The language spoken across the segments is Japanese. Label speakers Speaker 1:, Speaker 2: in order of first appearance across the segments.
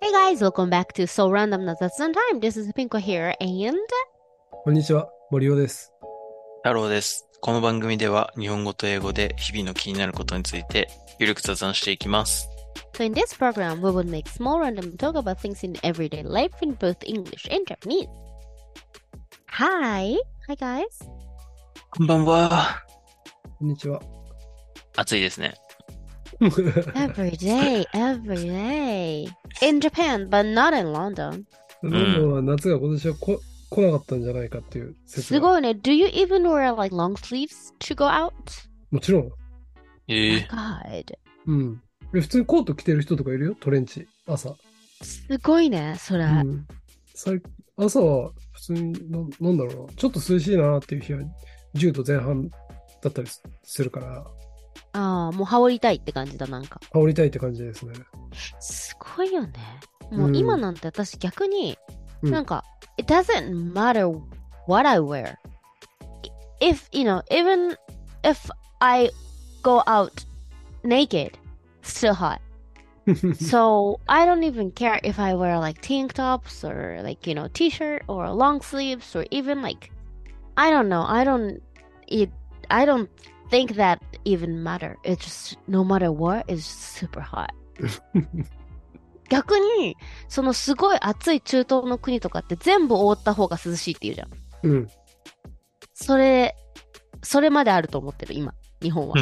Speaker 1: Hey guys, welcome back to So Random な雑談 Time. This is Pinko here, and
Speaker 2: こんにちは、森尾です。
Speaker 3: 太郎です。この番組では日本語と英語で日々の気になることについてゆるく雑談していきます。
Speaker 1: so in this program, we will make small random talk about things in everyday life in both English and Japanese. Hi! Hi guys!
Speaker 3: こんばんは。
Speaker 2: こんにちは。
Speaker 3: 暑いですね。
Speaker 1: Every day, every day. In Japan, but not in London.
Speaker 2: ロンドンは夏が今年はこ来なかったんじゃないかっていう説
Speaker 1: す
Speaker 2: が。
Speaker 1: ごいね。Do you even wear like long sleeves to go out? Oh
Speaker 2: もちろん。
Speaker 3: え
Speaker 1: My God.
Speaker 2: うん。で普通にコート着てる人とかいるよ、トレンチ、朝。
Speaker 1: すごいね、そうれ。
Speaker 2: ん、最朝は普通にな、なんだろうな、ちょっと涼しいなっていう日は10度前半だったりすするから、
Speaker 1: ああ、もう羽織りたいって感じだ、なんか。
Speaker 2: 羽織りたいって感 じですね。
Speaker 1: すごいよね。もううん今なんて私逆に、
Speaker 2: うん
Speaker 1: なんか、It doesn't matter what I wear. If, you know, even if I go out naked, still hot. so I don't even care if I wear like tank tops or like, you know, t shirt or long sleeves or even like, I don't know. I don't, it, I don't think that even matter. It's just, no matter what, it's super hot. 逆にそのすごい暑い中東の国とかって全部覆った方が涼しいっていうじゃん
Speaker 2: うん。
Speaker 1: それそれまであると思ってる今日本は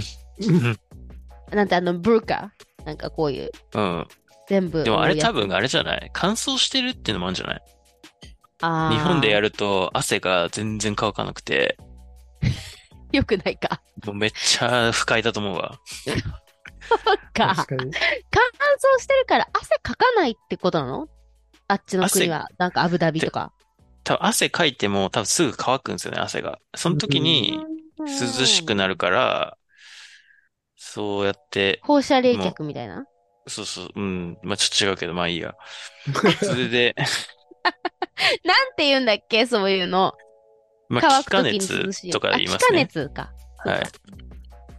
Speaker 3: う
Speaker 1: なんてあのブルカなんかこういう
Speaker 3: うん。
Speaker 1: 全部
Speaker 3: でもあ
Speaker 1: 覆
Speaker 3: れ
Speaker 1: うや
Speaker 3: 多分あれじゃない乾燥してるっていうのもあるんじゃない
Speaker 1: つあ
Speaker 3: 日本でや
Speaker 1: る
Speaker 3: ると汗が全然乾かなくて、
Speaker 1: よくないか
Speaker 3: もうめっちゃ不快だと思うわ。
Speaker 1: か乾燥
Speaker 2: 確かに。
Speaker 1: してるから汗かかないってことなのあっちの国はなんかアブダビとか
Speaker 3: 多分汗かいても多分すぐ乾くんですよね、汗が。その時に涼しくなるから、そうやって、
Speaker 1: 放射冷却みたいな
Speaker 3: そうそう、うん。まあちょっと違うけど、まあいいや。それで、
Speaker 1: なんて言うんだっけそういうの
Speaker 3: まあ
Speaker 1: 乾
Speaker 3: 気
Speaker 1: く
Speaker 3: 化
Speaker 1: 時に涼し
Speaker 3: 熱
Speaker 1: い
Speaker 3: とか言いま
Speaker 1: あ気
Speaker 3: す
Speaker 1: 化
Speaker 3: ね。
Speaker 1: 熱か
Speaker 3: は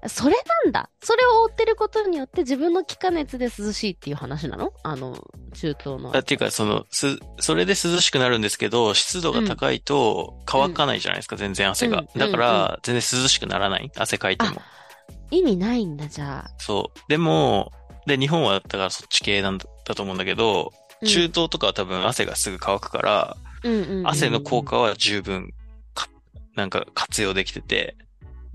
Speaker 3: い。
Speaker 1: それなんだ。それを覆ってることによって自分の気化熱で涼しいっていう話なのあの、中東の。
Speaker 3: あっていうか、その、す、それで涼しくなるんですけど、湿度が高いと乾かないじゃないですか、全然汗が。
Speaker 1: うん
Speaker 3: だから、全然涼しくならない汗かいても。
Speaker 1: 意味ないんだ、じゃあ。
Speaker 3: そう。でも、で、日本はだからそっち系なんだだと思うんだけど、
Speaker 1: うん
Speaker 3: 中東とかは多分汗がすぐ乾くから、
Speaker 1: うんうんうん
Speaker 3: 汗の効果は十分、かなんか活用できてて、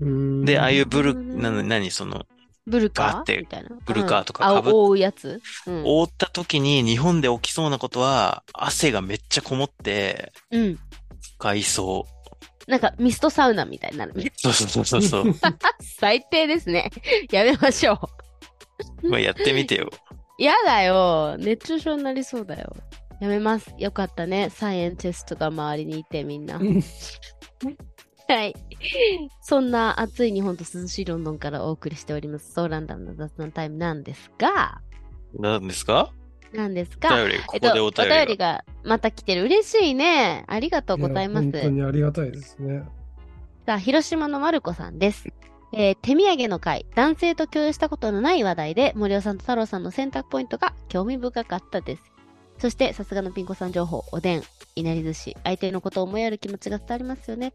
Speaker 2: うん
Speaker 3: で、ああいうブル、
Speaker 1: うん
Speaker 3: な、なに、その、
Speaker 1: ブルカ
Speaker 3: ガーって
Speaker 1: みたいな。
Speaker 3: ブルカーと
Speaker 1: う
Speaker 3: か
Speaker 1: ん
Speaker 3: 被
Speaker 1: あ
Speaker 3: っ
Speaker 1: 覆うやつ。うん。
Speaker 3: 覆った時に日本で起きそうなことは、汗がめっちゃこもって、
Speaker 1: うん。
Speaker 3: 不快そう。
Speaker 1: なんかミストサウナみたいになる。
Speaker 3: そうそうそうそう。
Speaker 1: 最低ですね。 やめましょう。
Speaker 3: まあやってみてよ。
Speaker 1: やだよ。熱中症になりそうだよ。やめます。よかったね。サイエンティストが周りにいてみんな。
Speaker 2: うん
Speaker 1: はい。そんな暑い日本と涼しいロンドンからお送りしております。そうランダムな雑談タイムなんですが、
Speaker 3: なんですか
Speaker 1: なんです
Speaker 3: お
Speaker 1: が、
Speaker 3: 便り、ここでお便りが。
Speaker 1: お便りがまた来てる。嬉しいね。ありがとうございます。
Speaker 2: や本当にありがたいですね。
Speaker 1: さあ、広島のまるこさんです。えー手土産の会、男性と共有したことのない話題で、森尾さんと太郎さんの選択ポイントが興味深かったです。そして、さすがのピン子さん情報、おでん、いなり寿司、相手のことを思いやる気持ちが伝わりますよね。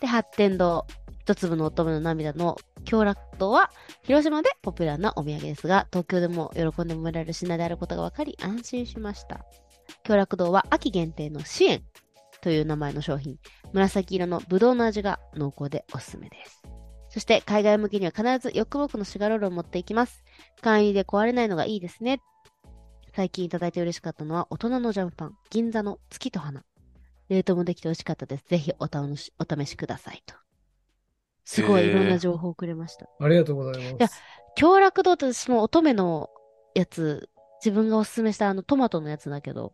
Speaker 1: で、発展堂、一粒の乙女の涙の京楽堂は、広島でポピュラーなお土産ですが、東京でも喜んでもらえる品であることが分かり、安心しました。京楽堂は秋限定の支援という名前の商品。紫色のぶどうの味が濃厚でおすすめです。そして海外向けには必ずヨックボックのシガロールを持っていきます。簡易で壊れないのがいいですね。最近いただいて嬉しかったのは大人のジャムパン、銀座の月と花。冷凍もできて美味しかったです。ぜひお試しお試しくださいと。すごい
Speaker 3: へー
Speaker 1: いろんな情報をくれました。
Speaker 2: ありがとうござい
Speaker 1: や
Speaker 2: ます。
Speaker 1: 京楽堂ってその乙女のやつ、自分がおすすめしたあのトマトのやつだけど、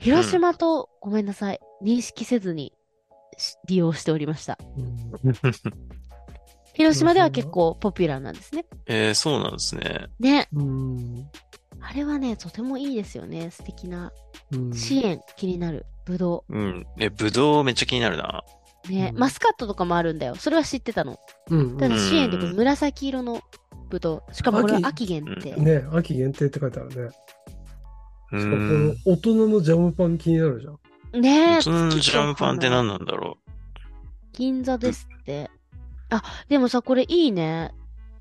Speaker 1: 広島と、ごめんなさい、認識せずにし利用しておりました。
Speaker 2: うん
Speaker 1: 広島では
Speaker 2: 広島
Speaker 1: 結構ポピュラーなんですね。
Speaker 3: えー、そうなんですね。
Speaker 1: ね。
Speaker 2: うん。
Speaker 1: あれはね、とてもいいですよね。素敵な。
Speaker 2: うん
Speaker 1: 支援、気になる。ぶど
Speaker 3: うん。え、ぶどうめっちゃ気になるな。
Speaker 1: う。ね、
Speaker 2: うん
Speaker 1: マスカットとかもあるんだよ。それは知ってたの。
Speaker 2: うん
Speaker 1: た
Speaker 2: う
Speaker 1: だ、
Speaker 3: うん
Speaker 1: 支援でこう紫色のぶどう。しかもこれは秋限定。
Speaker 2: ん。ね、秋限定って書いてあるね。
Speaker 3: う
Speaker 2: しかもこ
Speaker 3: ん。
Speaker 2: の大人のジャムパン気になるじゃん。
Speaker 1: ねえ。
Speaker 3: 大人のジャムパンって何
Speaker 1: の
Speaker 3: なんだろ
Speaker 1: 銀座ですって。あ、でもさ、これいいね。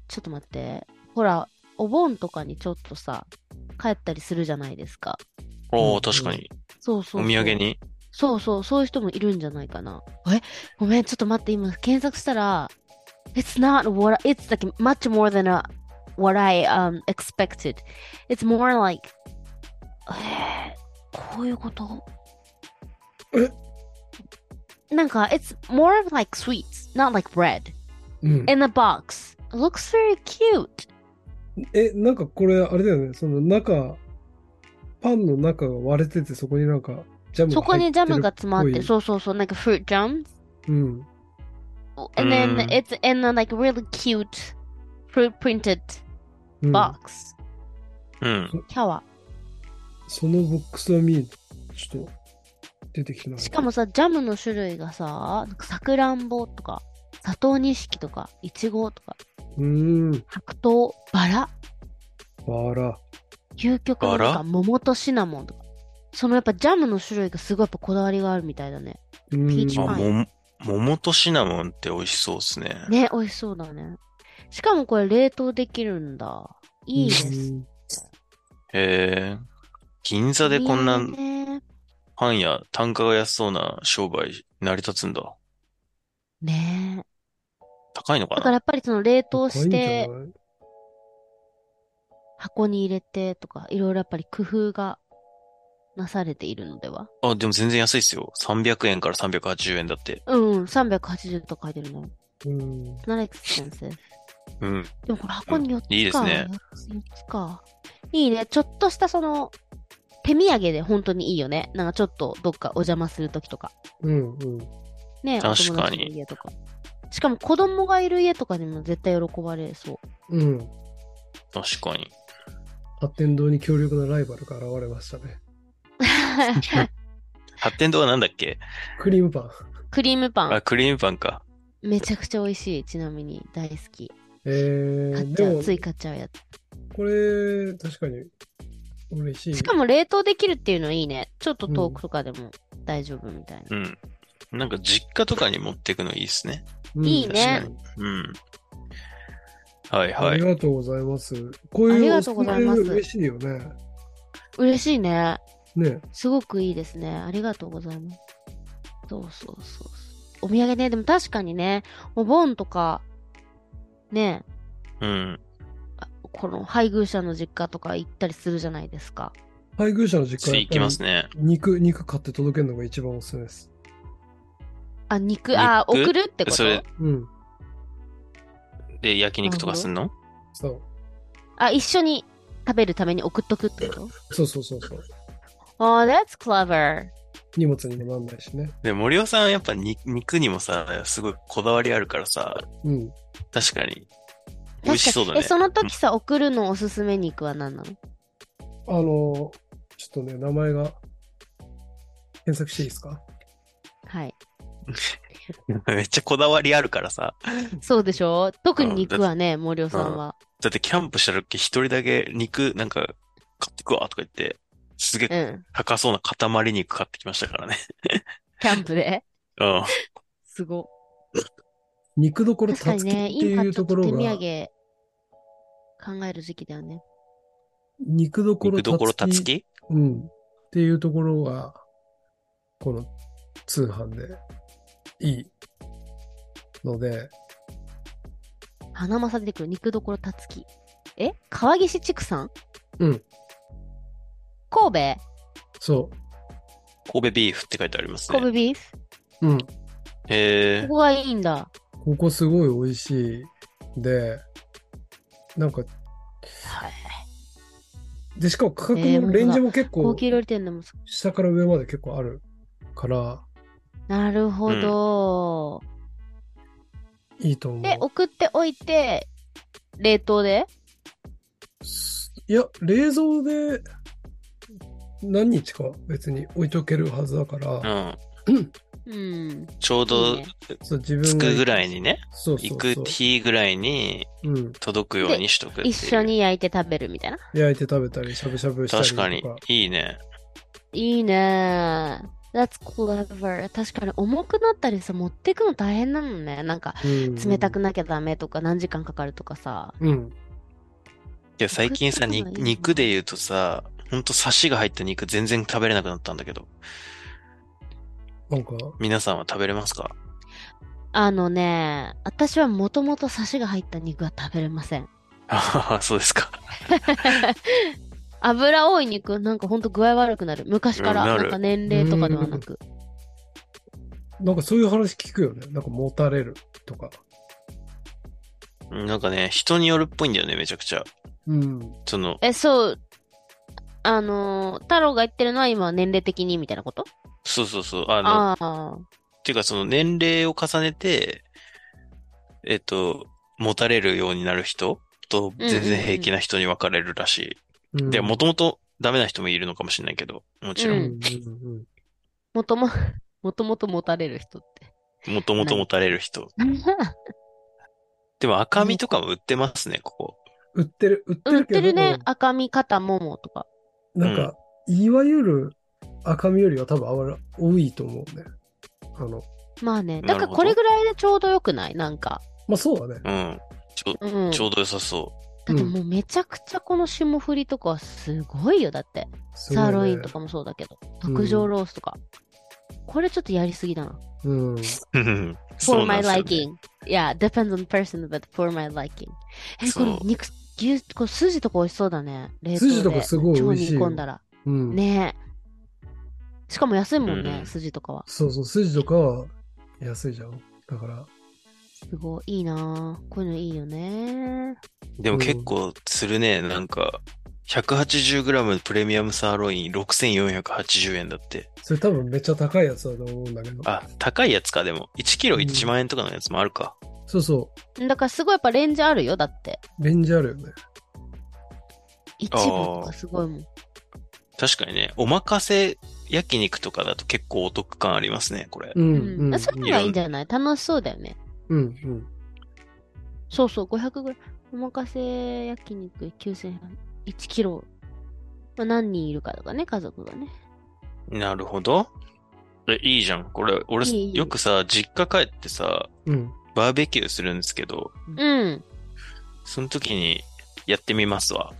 Speaker 1: ちょっと待って。ほら、お盆とかにちょっとさ、帰ったりするじゃないですか。
Speaker 3: う。おお、
Speaker 2: うん
Speaker 3: 確かに。
Speaker 1: そうそうそう
Speaker 3: お土産に。
Speaker 1: そうそう、そういう人もいるんじゃないかな。え、ごめん、ちょっと待って、今検索したら、It's not what, it's like much more than a, what I、um, expected. It's more like, えー、こういうことなんか、It's more of like sweets, not like bread.
Speaker 2: うん。
Speaker 1: In a box. Looks very cute.
Speaker 2: え、なんかこれ、あれだよね。その中、パンの中が割れてて、そこになんか、ジャム
Speaker 1: そ
Speaker 2: が
Speaker 1: こ
Speaker 2: 入ってる。
Speaker 1: にジャムが詰まっ
Speaker 2: 入っ
Speaker 1: て、
Speaker 2: てるっぽい
Speaker 1: そうそうそう、なんか fruit jam
Speaker 2: うん。
Speaker 1: And then
Speaker 3: Mm.
Speaker 1: it's in a like really cute fruit printed
Speaker 2: うん
Speaker 1: box.
Speaker 3: うん。
Speaker 1: キャワ。
Speaker 2: そのボックスは見えちょっと、出てきてない。
Speaker 1: しかもさ、ジャムの種類がさ、なんかさくらんぼとか、砂糖錦とか、いちごとか、
Speaker 2: うーん、
Speaker 1: 白桃、バラ、
Speaker 2: バラ。
Speaker 1: 究極の
Speaker 3: バ
Speaker 1: なん
Speaker 3: ラ
Speaker 1: か桃とシナモンとか。そのやっぱジャムの種類がすごいやっぱこだわりがあるみたいだね。
Speaker 2: うーん
Speaker 1: ピーチ
Speaker 3: あ、
Speaker 1: パン
Speaker 3: も、桃とシナモンって美味しそうですね。
Speaker 1: ね、美味しそうだね。しかもこれ冷凍できるんだ。いいです。
Speaker 2: うん
Speaker 3: へえ。銀座でこんない
Speaker 1: いね
Speaker 3: パンや単価が安そうな商売成り立つんだ。
Speaker 1: ねえ
Speaker 3: 高いのか
Speaker 1: だから
Speaker 3: な
Speaker 1: やっぱりその冷凍し
Speaker 2: 高いん
Speaker 1: て
Speaker 2: じゃない
Speaker 1: 箱に入れてとか、いろいろやっぱり工夫がなされているのでは
Speaker 3: あ、でも全然安いっすよ。300円から380円だって。
Speaker 1: うん、380と書いてるね。
Speaker 2: うん。
Speaker 1: Not expensive.
Speaker 3: うん。
Speaker 1: でもこれ箱に4つか。
Speaker 3: いいですね
Speaker 1: 4つか。いいね。ちょっとしたその、手土産で本当にいいよね。なんかちょっとどっかお邪魔するときとか。
Speaker 2: うん、うん。
Speaker 1: ね、
Speaker 3: 確かに
Speaker 1: お友達の家とか。しかも子供がいる家とかにも絶対喜ばれ そう。
Speaker 2: うん。
Speaker 3: 確かに。
Speaker 2: 発展堂に強力なライバルが現れましたね。
Speaker 3: 発展堂はなんだっけ
Speaker 2: クリームパン。
Speaker 1: クリームパ
Speaker 3: あ、クリームパンか。
Speaker 1: ン。めちゃくちゃ美味しい。ちなみに大好き。
Speaker 2: え
Speaker 1: 買っち
Speaker 2: ー、で
Speaker 1: ゃ
Speaker 2: も
Speaker 1: う。、つい買っちゃうやつ。
Speaker 2: これ、確かに、嬉しい。
Speaker 1: しかも冷凍できるっていうのいいね。ちょっと遠くとかでも大丈夫みたいな。
Speaker 3: うん。なんか実家とかに持ってくのいいっすね。
Speaker 2: うん
Speaker 1: いいね
Speaker 2: 確かに
Speaker 3: うん。はい
Speaker 2: あ
Speaker 3: は
Speaker 2: り
Speaker 3: い。
Speaker 2: がとうございます。こういう
Speaker 1: ありがとうございます
Speaker 2: おすすめ嬉しいよね。
Speaker 1: 嬉しいね。
Speaker 2: ね。
Speaker 1: すごくいいですね。ありがとうございます。そうそうそうそう。お土産ね、でも確かにね、お盆とか、ね、
Speaker 3: うん。
Speaker 1: あこの配偶者の実家とか行ったりするじゃないですか。
Speaker 2: 配偶者の実家
Speaker 3: 次行きます
Speaker 2: ね。
Speaker 3: ね。
Speaker 2: 肉、肉買って届けるのが一番おすすめです。
Speaker 1: あ、肉、あ、
Speaker 3: 肉
Speaker 1: 送るってこと
Speaker 3: それ
Speaker 2: うん。
Speaker 3: で焼肉とかすんの
Speaker 2: そう。
Speaker 1: あ、一緒に食べるために送っとくってこと
Speaker 2: そうそうそうそう。
Speaker 1: あ、oh, that's clever.
Speaker 2: 荷物にもなんないしね。
Speaker 3: で、森尾さんやっぱに肉にもさ、すごいこだわりあるからさ、
Speaker 2: うん。
Speaker 3: 確かに。美味しそうだ
Speaker 1: え、
Speaker 3: ね。
Speaker 1: その時さ、送るのおすすめ肉は何なの
Speaker 2: あの、ちょっとね、名前が、検索していいですか
Speaker 1: はい。
Speaker 3: めっちゃこだわりあるからさ。
Speaker 1: そうでしょ特に肉はね、森尾さんは。
Speaker 3: だってキャンプした時一人だけ肉なんか買ってくわとか言って、すげ
Speaker 1: う
Speaker 3: え
Speaker 1: ん。
Speaker 3: 高そうな塊肉買ってきましたからね。
Speaker 1: キャンプで。
Speaker 3: うん。
Speaker 1: すご。
Speaker 2: 肉どころ
Speaker 1: 確か
Speaker 2: た
Speaker 1: に
Speaker 2: つきって
Speaker 1: ね、
Speaker 2: い
Speaker 1: 今
Speaker 2: う
Speaker 1: ちょ
Speaker 2: と
Speaker 1: っ
Speaker 2: こと
Speaker 1: 手土
Speaker 2: ろが、
Speaker 1: 産考える時期だよね。
Speaker 2: 肉どころ
Speaker 3: 肉どころた
Speaker 2: た
Speaker 3: つ
Speaker 2: つき
Speaker 3: き
Speaker 2: うん。っていうところが、この通販でいいので、
Speaker 1: 花正出てくる肉どころたつき。え川岸畜産
Speaker 2: うん。
Speaker 1: 神
Speaker 2: そ
Speaker 3: 神戸ビーフって書いてあります
Speaker 1: 戸神
Speaker 3: ね。
Speaker 1: 戸ビーフ
Speaker 2: う。うん。
Speaker 3: へ
Speaker 1: こ
Speaker 3: え。
Speaker 1: こがいいんだ。
Speaker 2: ここすごい美味しい。で、なんか、
Speaker 1: はい。
Speaker 2: で、しかも価格
Speaker 1: えー
Speaker 2: もレンジも結
Speaker 1: 高
Speaker 2: 構、
Speaker 1: 級料理店でもそ
Speaker 2: 下から上まで結構あるから、
Speaker 1: なるほど、
Speaker 2: いいと思う。
Speaker 1: で、送っておいて、冷凍で
Speaker 2: いや、冷蔵で何日か別に置いとけるはずだか
Speaker 3: う
Speaker 2: ら、
Speaker 3: ん。
Speaker 1: うん。
Speaker 3: ちょう
Speaker 1: いい
Speaker 3: ど
Speaker 1: ね
Speaker 2: そう、自分
Speaker 3: 着
Speaker 2: が
Speaker 3: くぐらいにね、
Speaker 2: そうそうそ
Speaker 3: 行
Speaker 2: う
Speaker 3: く日ぐらいに
Speaker 2: うん。
Speaker 3: 届くようにしとくっていう。
Speaker 1: 一緒。に焼いて食べるみたいな。
Speaker 2: 焼いて食べたり、しゃぶしゃぶしたり
Speaker 3: 確
Speaker 2: と
Speaker 3: か
Speaker 2: か。
Speaker 3: に。いいね。
Speaker 1: いいね。That's clever. 確かに重くなったりさ、持ってくの大変なのね。なんか、
Speaker 2: うん
Speaker 1: 冷たくなきゃダメとか、何時間かかるとかさ。
Speaker 2: うん。
Speaker 3: いや、最近
Speaker 1: 送
Speaker 3: さ、
Speaker 1: って
Speaker 3: に
Speaker 1: くのいいね
Speaker 3: 肉で言うとさ、ほんと刺しが入った肉全然食べれなくなったんだけど、
Speaker 2: なんか、
Speaker 3: 皆さんは食べれますか
Speaker 1: あのね、私はもともとサシが入った肉は食べれません。
Speaker 3: ああ、そうですか。
Speaker 1: 油多い肉、なんかほんと具合悪くなる。昔から、
Speaker 3: うんな
Speaker 1: な
Speaker 3: る
Speaker 1: んか年齢とかではなく。
Speaker 2: なんかそういう話聞くよね。なんかもたれるとか。
Speaker 3: なんかね、人によるっぽいんだよね、めちゃくちゃ。
Speaker 2: うん。
Speaker 3: その、
Speaker 1: え、そう。あのー、太郎が言ってるのは今年齢的にみたいなこと
Speaker 3: そうそうそう、あの、っ
Speaker 1: ああ
Speaker 3: ていうかその年齢を重ねて、えっと、持たれるようになる人と
Speaker 1: うんうん
Speaker 3: 全然平気な人に分かれるらしい。
Speaker 2: うん
Speaker 3: で、もともとダメな人もいるのかもしれないけど、もち
Speaker 2: う
Speaker 3: ろ
Speaker 2: ん
Speaker 3: ん、
Speaker 1: うん
Speaker 2: うん
Speaker 1: ー。もと も、もともと持たれる人って。
Speaker 3: もともと持たれる人。でも赤身とかも売ってますね、ここ。
Speaker 2: 売ってる、売って
Speaker 1: 売っ
Speaker 2: るけど。
Speaker 1: てるね。赤身肩ももとか。
Speaker 2: なんか、いわゆる赤身よりは多分あわ多いと思うね。あの、
Speaker 1: まあね。だ
Speaker 3: なるほど
Speaker 1: からこれぐらいでちょうどよくないなんか。
Speaker 2: まあそうだね。
Speaker 3: うん。ちょ、
Speaker 1: うん。
Speaker 3: ちょうど良さそう。
Speaker 1: だってもうめちゃくちゃこの霜降りとかはすごいよ。だって。
Speaker 2: すごい
Speaker 1: サ
Speaker 2: ね
Speaker 1: ーロインとかもそうだけど。
Speaker 2: うん
Speaker 1: 特上ロースとか。これちょっとやりすぎだな。
Speaker 2: うん。
Speaker 3: うん。
Speaker 1: for my
Speaker 3: そうなんですよね
Speaker 1: liking. Yeah, depends on person, but for my liking. え、こ
Speaker 3: そう
Speaker 1: の肉、牛、こう筋とか美味しそうだね。冷凍で
Speaker 2: 筋とかすごい美味しいよ
Speaker 1: 超煮込んだら。
Speaker 2: うん。
Speaker 1: ねえ。しかも安いもんね、
Speaker 3: うん
Speaker 1: 筋とかは。
Speaker 2: そうそう、筋とかは安いじゃん。だから、
Speaker 1: すごい、いいなぁこういうのいいよね。
Speaker 3: でも結構するね、なんか。180g プレミアムサーロイン6480円だって。
Speaker 2: それ多分めっちゃ高いやつだと思うんだけど。
Speaker 3: あ、高いやつか、でも。1キロ
Speaker 2: うん
Speaker 3: 1万円とかのやつもあるか。
Speaker 2: そうそ
Speaker 1: だからすごいやっぱレンジあるよ、だって。
Speaker 2: う、レンジあるよね。
Speaker 1: 一部とかすごいもん。
Speaker 3: 確かにね、おまかせ焼肉とかだと結構お得感ありますね、これ。
Speaker 2: うん
Speaker 1: う。
Speaker 2: うん
Speaker 1: ん。あそういうのがいいんじゃない楽しそうだよね。
Speaker 2: うん。うん。
Speaker 1: そうそう、500ぐらい。おまかせ焼肉9000円。1キロ。まあ、何人いるかとかね、家族がね。
Speaker 3: なるほど。え、いいじゃん。これ、俺、
Speaker 1: いいいい
Speaker 3: よくさ、実家帰ってさ、
Speaker 2: うん。
Speaker 3: バーベキューするんですけど、
Speaker 1: うん。
Speaker 3: その時にやってみますわ。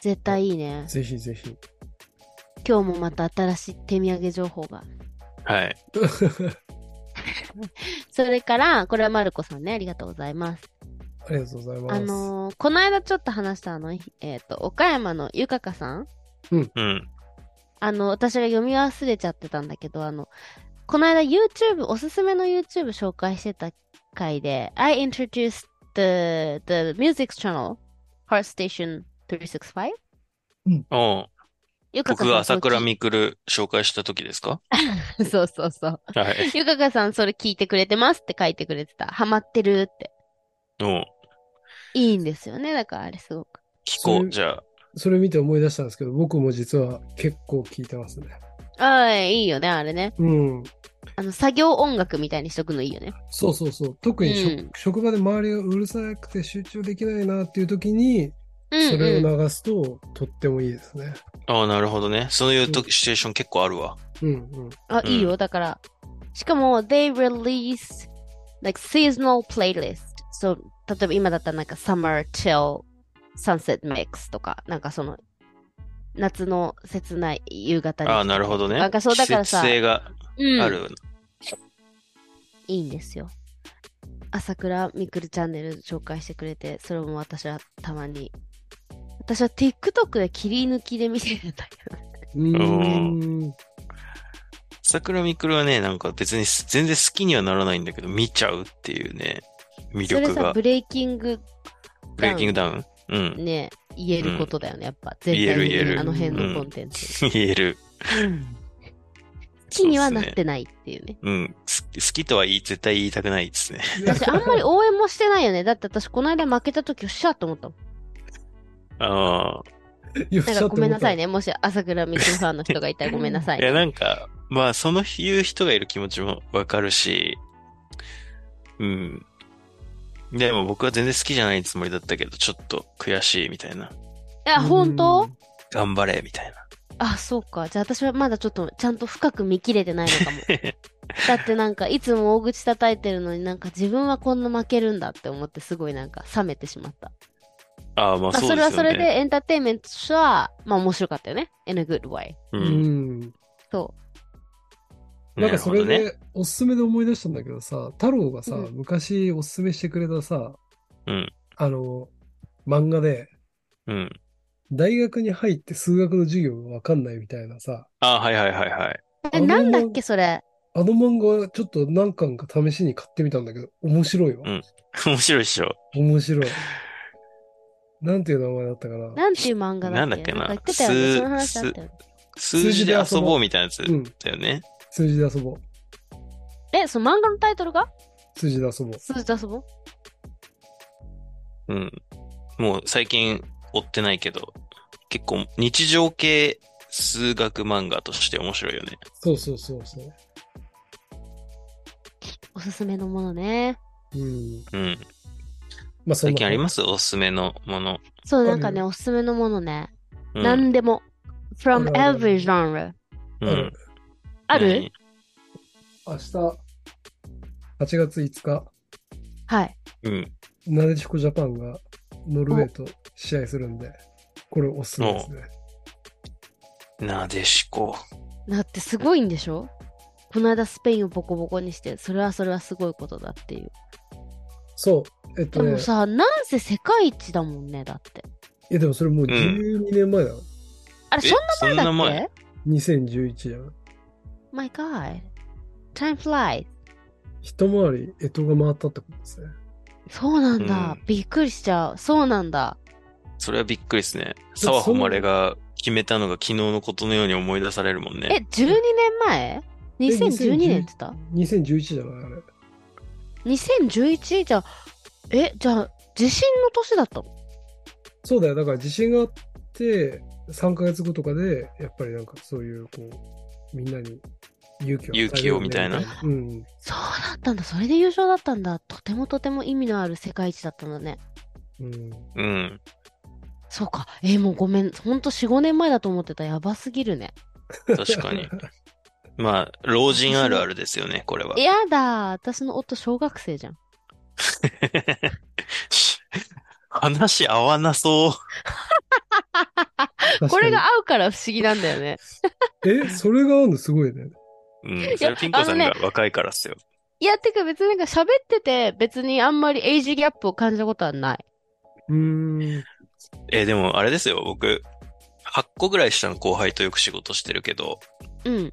Speaker 1: 絶対いいね。
Speaker 2: ぜひぜひ。
Speaker 1: 今日もまた新しい手土産情報が。
Speaker 3: はい。
Speaker 1: それから、これはマルコさんね、ありがとうございます。
Speaker 2: ありがとうございます。
Speaker 1: あのーこの間ちょっと話したあの、えっ、と、岡山のゆかかさん
Speaker 3: うん。
Speaker 1: あの、私が読み忘れちゃってたんだけど、あの、この間 YouTube、おすすめの YouTube 紹介してた回で、I introduced the, the music channel, Heart Station 365?
Speaker 3: おう
Speaker 1: ゆかかさん
Speaker 3: 僕が朝倉
Speaker 1: それ
Speaker 3: 未来紹介した時ですか
Speaker 1: 聞い そうそうそう。
Speaker 3: はい。
Speaker 1: ゆかかさんそれ聞いてくれてますって書いてくれてた。ハマってるって。
Speaker 3: おう
Speaker 1: いいんですよね。だからあれすごく。
Speaker 3: 聞こ
Speaker 2: そう
Speaker 3: う、
Speaker 2: いう
Speaker 3: じゃあ。
Speaker 2: それ見て思い出したんですけど、僕も実は結構聞いてますね。
Speaker 1: ああ、いいよね、あれね。
Speaker 2: うん。
Speaker 1: あの、作業音楽みたいにしとくのいいよね。
Speaker 2: そうそうそう。特にしょ、
Speaker 1: うん
Speaker 2: 職場で周りがうるさくて集中できないなっていう時に、
Speaker 1: うん、
Speaker 2: それを
Speaker 1: うん。
Speaker 2: 流すととってもいいですね。
Speaker 3: ああ、なるほどね。そういうとシチュエーション結構あるわ。
Speaker 2: うんうん。
Speaker 1: あ、いいよ。だから、しかも、they release, like, seasonal playlist. そう、例えば今だったらなんか、summer till sunset mix とか、なんかその、夏の切ない夕方に。
Speaker 3: ああ、なるほどね。
Speaker 1: なんかそうだからさ
Speaker 3: 季節性が
Speaker 1: うん、
Speaker 3: ある。
Speaker 1: いいんですよ。朝倉みくるチャンネル紹介してくれて、それも私はたまに。私は TikTok で切り抜きで見てるんだけど。
Speaker 2: うーん。
Speaker 3: 桜みくるはね、なんか別にす全然好きにはならないんだけど、見ちゃうっていうね、魅
Speaker 1: それ
Speaker 3: 力
Speaker 1: さ、
Speaker 3: が。
Speaker 1: ブレイキング
Speaker 3: ブレイキングダウンうん。
Speaker 1: ね、言えることだよね、やっぱ。全
Speaker 3: 言える
Speaker 1: 体的に
Speaker 3: 言える
Speaker 1: あの辺
Speaker 3: う
Speaker 1: の
Speaker 3: ん
Speaker 1: コンテンツ。
Speaker 3: 言える。
Speaker 1: 好きにはなってないっていうね。
Speaker 3: うん。す好きとは言い、絶対言いたくない ですね。
Speaker 1: 私、 あんまり応援もしてないよね。だって私、この間負けた時、よっしゃと思った もん。
Speaker 3: あ
Speaker 2: よっし
Speaker 1: だ
Speaker 2: ゃ
Speaker 1: からごめんなさい
Speaker 2: ね。
Speaker 1: ね。もし、朝倉みくるファンの人がいたらごめんなさ
Speaker 3: あ。
Speaker 1: い
Speaker 3: いや、。なんか、まあ、その言う人がいる気持ちもわかるし、うん。でも僕は全然好きじゃないつもりだったけど、ちょっと悔しいみたいな。
Speaker 1: え、本当
Speaker 3: 頑張れみたいな。
Speaker 1: あ、そうか。じゃあ私はまだちょっとちゃんと深く見切れてないのかも。 だってなんかいつも大口叩いてるのになんか自分はこんな負けるんだって思ってすごいなんか冷めてしまった。
Speaker 3: ああ、まあ
Speaker 1: まあ
Speaker 3: そう
Speaker 1: それ
Speaker 3: ですよ
Speaker 1: は
Speaker 3: ね。
Speaker 1: それでエンターテインメントとしては、まあ面白かったよね。In a good way。
Speaker 3: う。
Speaker 2: うんん。
Speaker 1: そ
Speaker 2: なんかそれ
Speaker 3: なるほどね。
Speaker 2: で、おすすめで思い出したんだけどさ、太郎がさ、
Speaker 1: うん
Speaker 2: 昔おすすめしてくれたさ、
Speaker 3: うん
Speaker 2: あの、漫画で、
Speaker 3: うん。
Speaker 2: 大学に入って数学の授業がわかんないみたいなさ、
Speaker 3: ああ、はいはいはいはい。
Speaker 1: う。
Speaker 2: あ
Speaker 1: え、
Speaker 2: の
Speaker 1: なんだっけそれ。
Speaker 2: あの漫画ちょっと何巻か試しに買ってみたんだけど、面白いわ。
Speaker 3: うん面白いっしょ。
Speaker 2: 面白い。なんていう名前だったかな。
Speaker 1: なんていう漫画だっけ
Speaker 3: なんだっけな
Speaker 1: 言ってたよね。
Speaker 3: す
Speaker 1: その話あったよね。
Speaker 3: 数字で
Speaker 2: 数字で
Speaker 3: 遊
Speaker 2: 遊ぼ
Speaker 3: ぼ
Speaker 2: う
Speaker 3: うみたいなやつ
Speaker 2: うん。
Speaker 3: だよね。
Speaker 2: 数字で遊ぼう。
Speaker 1: え、その漫画のタイトルが
Speaker 2: 数字で遊ぼう。
Speaker 1: 数字出すぼ
Speaker 3: うん。もう最近追ってないけど、結構日常系数学漫画として面白いよね。
Speaker 2: そうそうそうそう。
Speaker 1: おすすめのものね。
Speaker 2: うん。
Speaker 3: うん。
Speaker 2: まあ、そん
Speaker 3: 最
Speaker 2: な
Speaker 3: 近ありますおすすめのもの。
Speaker 1: そう、
Speaker 2: るよ
Speaker 1: なんかね、おすすめのものね。
Speaker 3: うん
Speaker 1: なんでも。from
Speaker 2: あるある
Speaker 1: every genre。
Speaker 2: あ
Speaker 3: う
Speaker 2: る
Speaker 3: ん。
Speaker 1: ある
Speaker 3: 何
Speaker 2: 明日、8月5日、
Speaker 1: はい。
Speaker 3: うん。
Speaker 2: なでしこジャパンがノルウェーと試合するんで、これおすすめですね。
Speaker 3: なでしこ。
Speaker 1: だってすごいんでしょこの間スペインをボコボコにして、それはそれはすごいことだっていう。
Speaker 2: そう。えっ
Speaker 1: で
Speaker 2: とね、
Speaker 1: もさ、なんせ世界一だもんね、だって。
Speaker 2: いやでもそれもう12年前だよ。
Speaker 1: あれ、
Speaker 3: え
Speaker 1: そんな
Speaker 3: そんな
Speaker 1: 前だっ
Speaker 3: 前
Speaker 1: け
Speaker 2: 2011じゃん。
Speaker 1: ?My God. Time flies.
Speaker 2: 一回り、えとが回ったってことですね。
Speaker 1: そうなんだ。
Speaker 3: う
Speaker 1: びっくりしちゃう。そうなんだ。
Speaker 3: それはびっくりですね。沢誉が決めたのが昨日のことのように思い出されるもん
Speaker 1: え、
Speaker 3: ね。
Speaker 1: 12年前 ?2012 年って言った
Speaker 2: 2011じゃないあれ。
Speaker 1: ?2011? じゃあ、え、じゃあ、地震の年だったの
Speaker 2: そうだよ。だから地震があって、3ヶ月後とかで、やっぱりなんかそういう、こう、みんなに勇気を与えるよね
Speaker 3: 勇気をみたいな
Speaker 2: うん。
Speaker 1: そうだったんだ。それで優勝だったんだ。とてもとても意味のある世界一だったんだね。
Speaker 2: うん。
Speaker 3: うん。
Speaker 1: そうか。えもうごめん。ほんと4、5年前だと思ってた。やばすぎるね。
Speaker 3: 確かに。 まあ、老人あるあるですよね、これは。
Speaker 1: やだ。私の夫、小学生じゃん。
Speaker 3: 話合わなそ
Speaker 2: 確かに
Speaker 1: これが合うから不思議なんだよね。
Speaker 2: え、それがあるのすごいね。
Speaker 3: う。うん。それはピンコさん
Speaker 1: あ
Speaker 3: が
Speaker 1: の
Speaker 3: 若いからっすよ。
Speaker 1: いや、てか別になんか喋ってて、別にあんまりエイジギャップを感じたことはない。
Speaker 2: うーん。
Speaker 3: えーでもあれですよ、僕、8個ぐらい下の後輩とよく仕事してるけど、
Speaker 1: うん。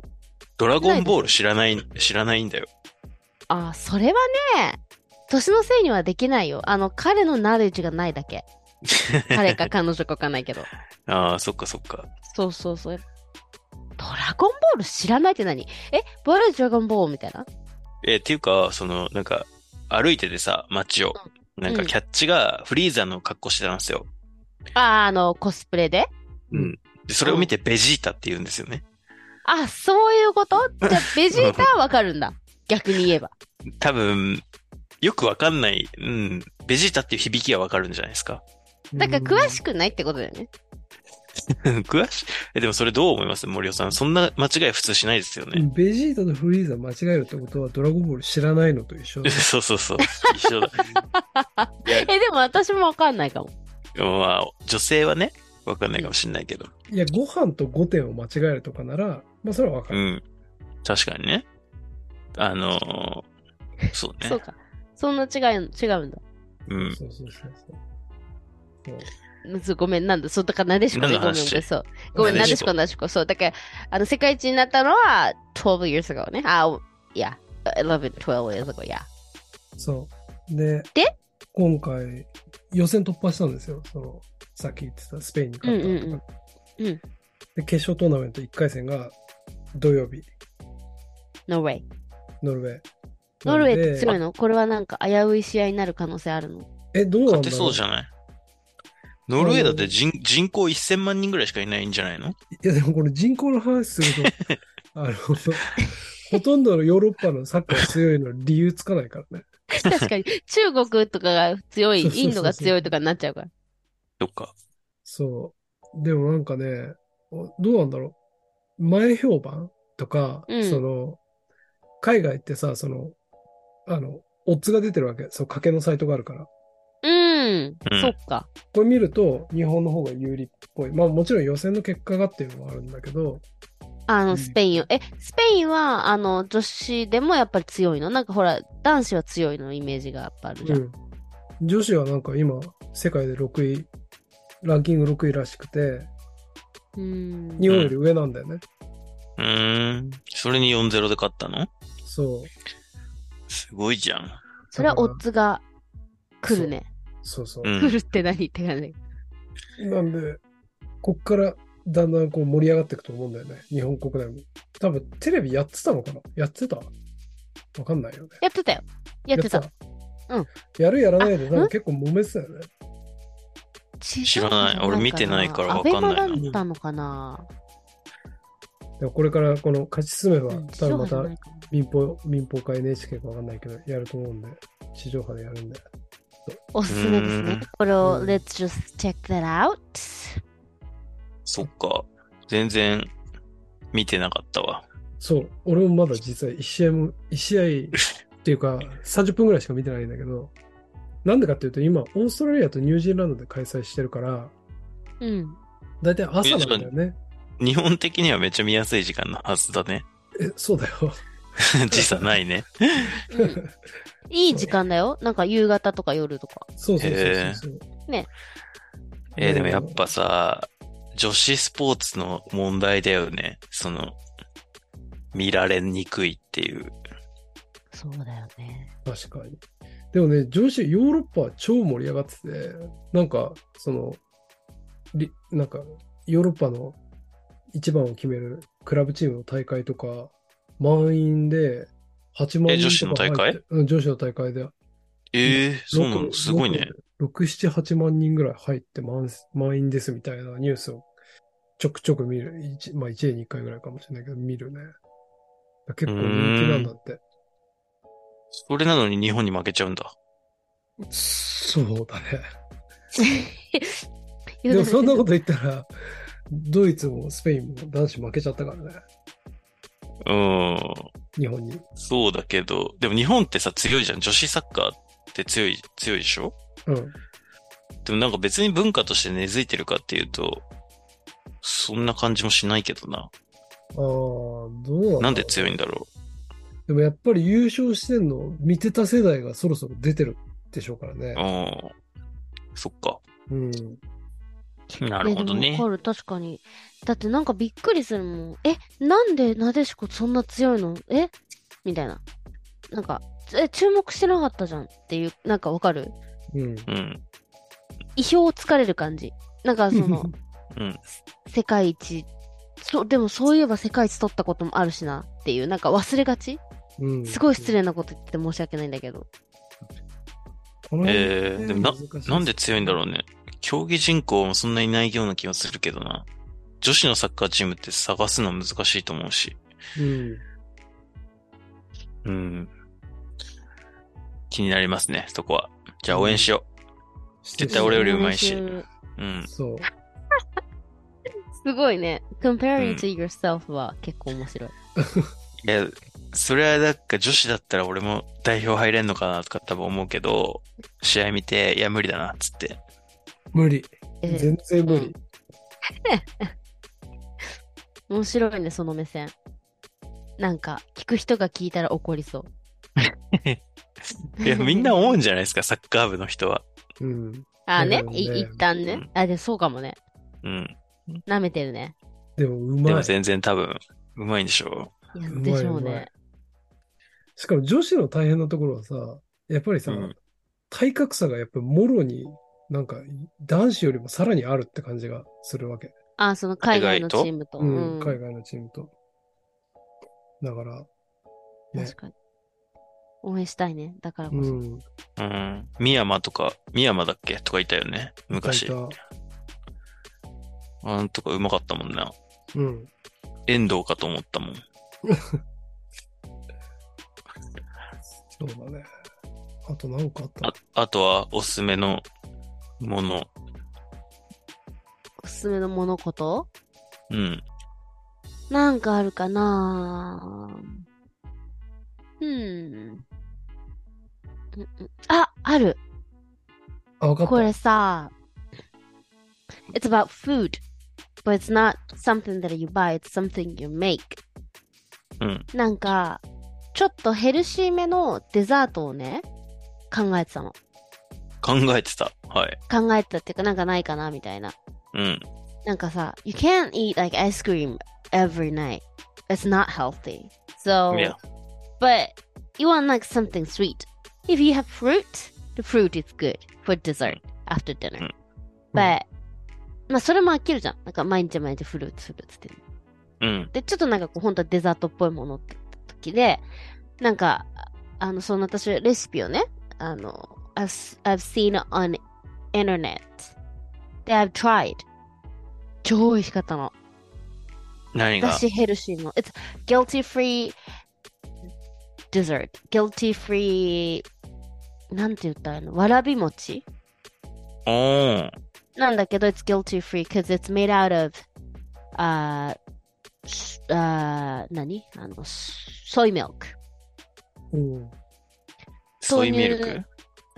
Speaker 3: ドラゴンボール知らない、知らないんだよ。
Speaker 1: あ、それはね、年のせいにはできないよ。あの、彼のナレッジがないだ け。彼か彼女かわかんないけど。
Speaker 3: ああ、そっかそっか。
Speaker 1: そうそうそう。ドラゴンボール知らないって何え、ボールドラゴンボールみたいな
Speaker 3: えーっていうか、その、なんか、歩いててさ、街を。なんかキャッチがフリーザの格好してたんですよ。
Speaker 1: あー、あの、コスプレで
Speaker 2: うん
Speaker 3: うん。で、それを見てベジータって言うんですよね。
Speaker 1: あ、そういうことじゃあ、ベジータはわかる んだ。逆に言えば。
Speaker 3: 多分、よくわかんない、うん、ベジータっていう響きはわかるんじゃないですか。
Speaker 1: だから詳しくないってことだよね。
Speaker 3: 詳しい。え、でもそれどう思います森尾さん。そんな間違い普通しないですよ
Speaker 2: う
Speaker 3: ね。
Speaker 2: んベジータとフリーザ間違えるってことは、ドラゴンボール知らないのと一緒だ
Speaker 3: そうそうそう。一緒だ。いや
Speaker 1: え、でも私もわかんないかも。
Speaker 3: まあ、女性はね、わかんないかもしれないけど。
Speaker 2: いや、ご飯と5点を間違えるとかなら、まあ、それはわか
Speaker 3: う
Speaker 2: る。
Speaker 3: ん。確かにね。あのーそうね。
Speaker 1: そうか。そんな違い、違うんだ。
Speaker 3: うん。
Speaker 2: そうそうそうそう。そう
Speaker 1: むずごめん、なんだ、そう、だから、なでしこね、
Speaker 3: 何の
Speaker 1: ごめん、ご
Speaker 3: 話
Speaker 1: めん、そう。ごめん、な
Speaker 3: な
Speaker 1: で
Speaker 3: で
Speaker 1: し
Speaker 3: し
Speaker 1: こ、
Speaker 3: こ
Speaker 1: なでしこ、そう。だから、あの、世界一になったのは、12 years ago ね。あ、いや、11、12 years ago, いや。
Speaker 2: そう。で、
Speaker 1: で
Speaker 2: 今回、予選突破したんですよ。その、さっき言ってたスペインに勝ったとか。
Speaker 1: うんうんうんうん
Speaker 2: で、決勝トーナメント1回戦が土曜日、
Speaker 1: No way.
Speaker 2: ノルウェー。
Speaker 1: ノルウェーって
Speaker 2: で
Speaker 1: 強いのこれはなんか危うい試合になる可能性あるの
Speaker 2: え、どうなんだろ
Speaker 3: 勝
Speaker 2: う
Speaker 3: てそうじゃないノルウェーだって人人口1000万人ぐらいしかいないんじゃないの
Speaker 2: いや、でもこれ人口の話する あの、ほとんどのヨーロッパのサッカーが強いのに理由つかないからね。
Speaker 1: 確かに、中国とかが強い、
Speaker 2: そうそうそうそう
Speaker 1: インドが強いとかになっちゃうから。
Speaker 3: とか。
Speaker 2: そう。でもなんかね、おどうなんだろう。前評判とか、
Speaker 1: うん
Speaker 2: その、海外ってさ、その、あの、オッズが出てるわけ。そう、賭けのサイトがあるから。
Speaker 1: うん、
Speaker 3: うん
Speaker 1: そっか。
Speaker 2: これ見ると、日本の方が有利っぽい。まあもちろん予選の結果がっていうのもあるんだけど、
Speaker 1: あ
Speaker 2: う
Speaker 1: の、
Speaker 2: ん
Speaker 1: スペインを、え、スペインは、あの、女子でもやっぱり強いのなんかほら、男子は強いのイメージがやっぱあるじゃん。
Speaker 2: うん女子はなんか今、世界で6位、ランキング6位らしくて、
Speaker 1: うん。
Speaker 2: 日本より上なんだよね。
Speaker 3: うーん。それに4-0で勝ったの
Speaker 2: そう。
Speaker 3: すごいじゃん。
Speaker 1: それはオッズが来るね。
Speaker 2: そうそう
Speaker 3: う。
Speaker 1: 来
Speaker 3: ん。
Speaker 1: るって何って感じ。
Speaker 2: なんで、こっからだんだんこう盛り上がっていくと思うんだよね。日本国内も。多分テレビやってたのかなやってたわかんないよね。
Speaker 1: やってたよ。やってた。うん。
Speaker 2: やるやらないで、なん
Speaker 1: う
Speaker 2: か
Speaker 1: ん
Speaker 2: 結構揉めてたよね。
Speaker 1: 知
Speaker 3: らない俺見てないからわ
Speaker 1: わ
Speaker 3: かんないな
Speaker 1: アベマだったのかな
Speaker 2: でもこれからこの勝ち進めば、
Speaker 1: うん
Speaker 2: 多分ま
Speaker 1: 地上波じゃ
Speaker 2: た
Speaker 1: ないかな
Speaker 2: 民放、民放か NHK かわかんないけど、やると思うんで、地上波でやるんで。
Speaker 1: おすすめです
Speaker 3: う
Speaker 1: ね
Speaker 3: ん。
Speaker 1: これを、
Speaker 2: うん
Speaker 1: Let's just check that out.
Speaker 3: そっか。全然見てなかったわ。
Speaker 2: そう、俺もまだ実は1試合も、一試合っていうか、30分ぐらいしか見てないんだけど、なんでかっていうと、今、オーストラリアとニュージーランドで開催してるから、
Speaker 1: うん。
Speaker 2: だいたい朝なんだよね。
Speaker 3: 日本的にはめっちゃ見やすい時間のはずだね。
Speaker 2: え、そうだよ。
Speaker 3: 時差ないね。
Speaker 1: うんいい時間だよ。なんか夕方とか夜とか。
Speaker 2: そうそうそうそうそう。
Speaker 1: ね
Speaker 3: えーでもやっぱさ、女子スポーツの問題だよね。その、見られにくいっていう。
Speaker 1: そうだよね。
Speaker 2: 確かに。でもね、女子、ヨーロッパは超盛り上がってて、なんか、その、りなんか、ヨーロッパの一番を決めるクラブチームの大会とか、満員で8万人とか入って
Speaker 3: え女子の大会
Speaker 2: うん、女子の大会で。
Speaker 3: ええそうなの
Speaker 2: 六
Speaker 3: すごいね。。
Speaker 2: 六6、7、8万人ぐらい入って満満員ですみたいなニュースをちょくちょく見る。一まあ、1年に1回ぐらいかもしれないけど、見るね。結構人気なんだって。
Speaker 3: それなのに日本に負けちゃうんだ。
Speaker 2: そうだね。でもそんなこと言ったら、ドイツもスペインも男子負けちゃったからね。
Speaker 3: うん。
Speaker 2: 日本に。
Speaker 3: そうだけど、でも日本ってさ、強いじゃん。女子サッカーって強い、強いでしょ
Speaker 2: うん。
Speaker 3: でもなんか別に文化として根付いてるかっていうと、そんな感じもしないけどな。
Speaker 2: ああ、どうなんだろう
Speaker 3: なんで強いんだろ
Speaker 2: でもやっぱり優勝してんの、見てた世代がそろそろ出てるでしょうからね
Speaker 3: う。。うん。そっか。
Speaker 2: うん。
Speaker 3: なるほど
Speaker 1: え
Speaker 3: ね
Speaker 1: でも。わかる、確かに。だってなんかびっくりするもん。え、なんでなでしこそんな強いのえみたいな。なんか、え、注目してなかったじゃんっていう、なんかわかる
Speaker 2: うん。
Speaker 3: うん。
Speaker 1: 意表をつかれる感じ。なんかその、
Speaker 3: うん。
Speaker 1: 世界一。そう、でもそういえば世界一取ったこともあるしなっていう、なんか忘れがち
Speaker 2: うん、
Speaker 1: すごい失礼なこと言って申し訳ないんだけど。
Speaker 2: この辺ね。
Speaker 3: えーでもな
Speaker 2: 難しいす
Speaker 3: なんで強いんだろうね。競技人口もそんなにいないような気がするけどな。女子のサッカーチームって探すの難しいと思うし。
Speaker 2: うん。
Speaker 3: うん。気になりますね、そこは。じゃあ応援しよ絶対俺より上手いしう。うん。
Speaker 2: そう。
Speaker 1: すごいね。comparing to yourself は結構面白い。
Speaker 3: いや、それはなんか女子だったら俺も代表入れんのかなとか多分思うけど、試合見て、いや無理だな、っ つって。
Speaker 2: 無理。
Speaker 1: えー
Speaker 2: 全然無理。
Speaker 1: 面白いね、その目線。なんか、聞く人が聞いたら怒りそう。
Speaker 3: いや、みんな思うんじゃないですか、サッカー部の人は。
Speaker 2: うん。
Speaker 1: ああね、
Speaker 2: 思う
Speaker 1: い
Speaker 2: よね
Speaker 1: 一旦ね。あ、でもそうかもね。
Speaker 3: うん。
Speaker 1: 舐めてるね。
Speaker 2: でもう
Speaker 3: で
Speaker 2: ま
Speaker 3: も
Speaker 2: い。
Speaker 3: 全然多分、うまいんでしょ
Speaker 1: いや
Speaker 2: うまい
Speaker 1: でしょう
Speaker 2: うま
Speaker 1: ね
Speaker 2: い。しかも女子の大変なところはさ、やっぱりさ、
Speaker 3: うん
Speaker 2: 体格差がやっぱもろに、なんか男子よりもさらにあるって感じがするわけ。
Speaker 1: あ、その海外のチームと。
Speaker 2: うん、
Speaker 1: うん
Speaker 2: 海外のチームと。だから、ね
Speaker 1: 確かに。応援したいね。だからこ
Speaker 2: う
Speaker 1: そ。
Speaker 2: ん、
Speaker 3: う。うん。三山とか、三山だっけとかいたよね、昔。
Speaker 2: 大体
Speaker 3: あんとかうまかったもんな。
Speaker 2: うん、
Speaker 3: 遠藤かと思ったもん。
Speaker 2: そうだね。あと何かあった
Speaker 3: ああとは、おすすめのもの。
Speaker 1: おすすめのものこと
Speaker 3: うん。
Speaker 1: なんかあるかなうんうん。うんあ、ある。
Speaker 2: あ、わかった。
Speaker 1: これさ。It's about food. But it's not something that you buy, it's something you make.
Speaker 3: うん。
Speaker 1: なんか、ちょっとヘルシーめのデザートをね、考えてたの。
Speaker 3: 考えてた。はい。
Speaker 1: 考えてたっていうか、なんかないかなみたいな。
Speaker 3: うん。
Speaker 1: なんかさ、You can't eat like ice cream every night. It's not healthy. So,
Speaker 3: Yeah.
Speaker 1: but you want like something sweet. If you have fruit, the fruit is good for dessert after dinner.
Speaker 3: うん
Speaker 1: But、まあそれも飽きるじゃん。なんか毎日毎日フルーツフルーツって。
Speaker 3: うん。
Speaker 1: で、ちょっとなんかこう、本当はデザートっぽいものって時で、なんか、あの、その私レシピをね、あの、I've, I've seen on internet. で、I've tried. 超美味しかったの。
Speaker 3: 何が
Speaker 1: 私ヘルシーの。It's guilty free dessert. Guilty free なんて言ったらいいのわらび餅
Speaker 3: おー。
Speaker 1: なんだけど、it's guilty free because it's made out of あーしあー何あの、ソイミルク。
Speaker 2: うん
Speaker 3: ソイミル
Speaker 1: 豆
Speaker 3: ク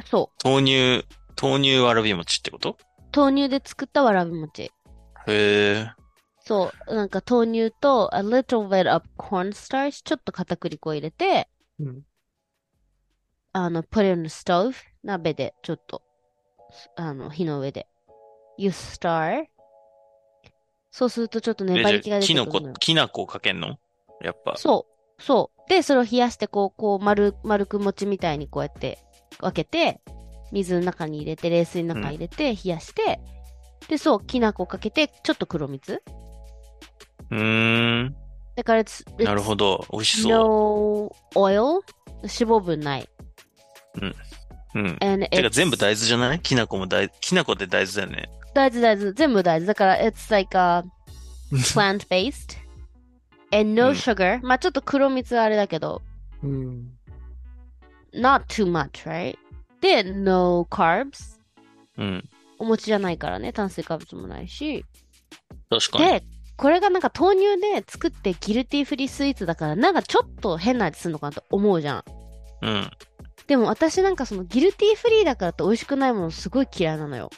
Speaker 1: そ
Speaker 3: 豆乳、豆乳わらび餅ってこと
Speaker 1: う。豆乳で作ったわらび餅。
Speaker 3: へえ。
Speaker 1: そう。なんか豆乳と a little bit of cornstarch ちょっと片栗粉を入れて、
Speaker 2: うん
Speaker 1: あの、put in the stove 鍋でちょっと、あの、火の上で。you star そうするとちょっと
Speaker 3: え
Speaker 1: 粘り気
Speaker 3: じゃ
Speaker 1: が
Speaker 3: あ
Speaker 1: 出て
Speaker 3: き
Speaker 1: くる
Speaker 3: な
Speaker 1: のよ
Speaker 3: こ、きなこかけんのやっぱ。
Speaker 1: そう。そう。で、それを冷やして、こう、こう、丸、丸く餅みたいにこうやって分けて、水の中に入れて、冷水の中に入れて、冷やして、で、そう、きな粉かけて、ちょっと黒蜜。
Speaker 3: うーん。
Speaker 1: だから、it's- it's
Speaker 3: なるほど。美味しそう。
Speaker 1: no oil 脂肪分ない。
Speaker 3: うん。
Speaker 1: And
Speaker 3: てか全部
Speaker 1: it's-
Speaker 3: 大豆じゃないきなこも大、きなこって大豆だよね。
Speaker 1: 大豆、大豆、全部大豆。だから、it's like a plant based and
Speaker 3: う
Speaker 1: no
Speaker 3: ん
Speaker 1: sugar. まあちょっと黒蜜はあれだけど、
Speaker 2: うん。
Speaker 1: not too much, right? で、no carbs.
Speaker 3: うん。
Speaker 1: お餅じゃないからね、炭水化物もないし。
Speaker 3: 確かに。
Speaker 1: で、これがなんか豆乳で作ってギルティフリースイーツだから、なんかちょっと変な味するのかなと思うじゃん。
Speaker 3: うん。
Speaker 1: でも私なんかそのギルティフリーだからって美味しくないものすごい嫌いなのよ。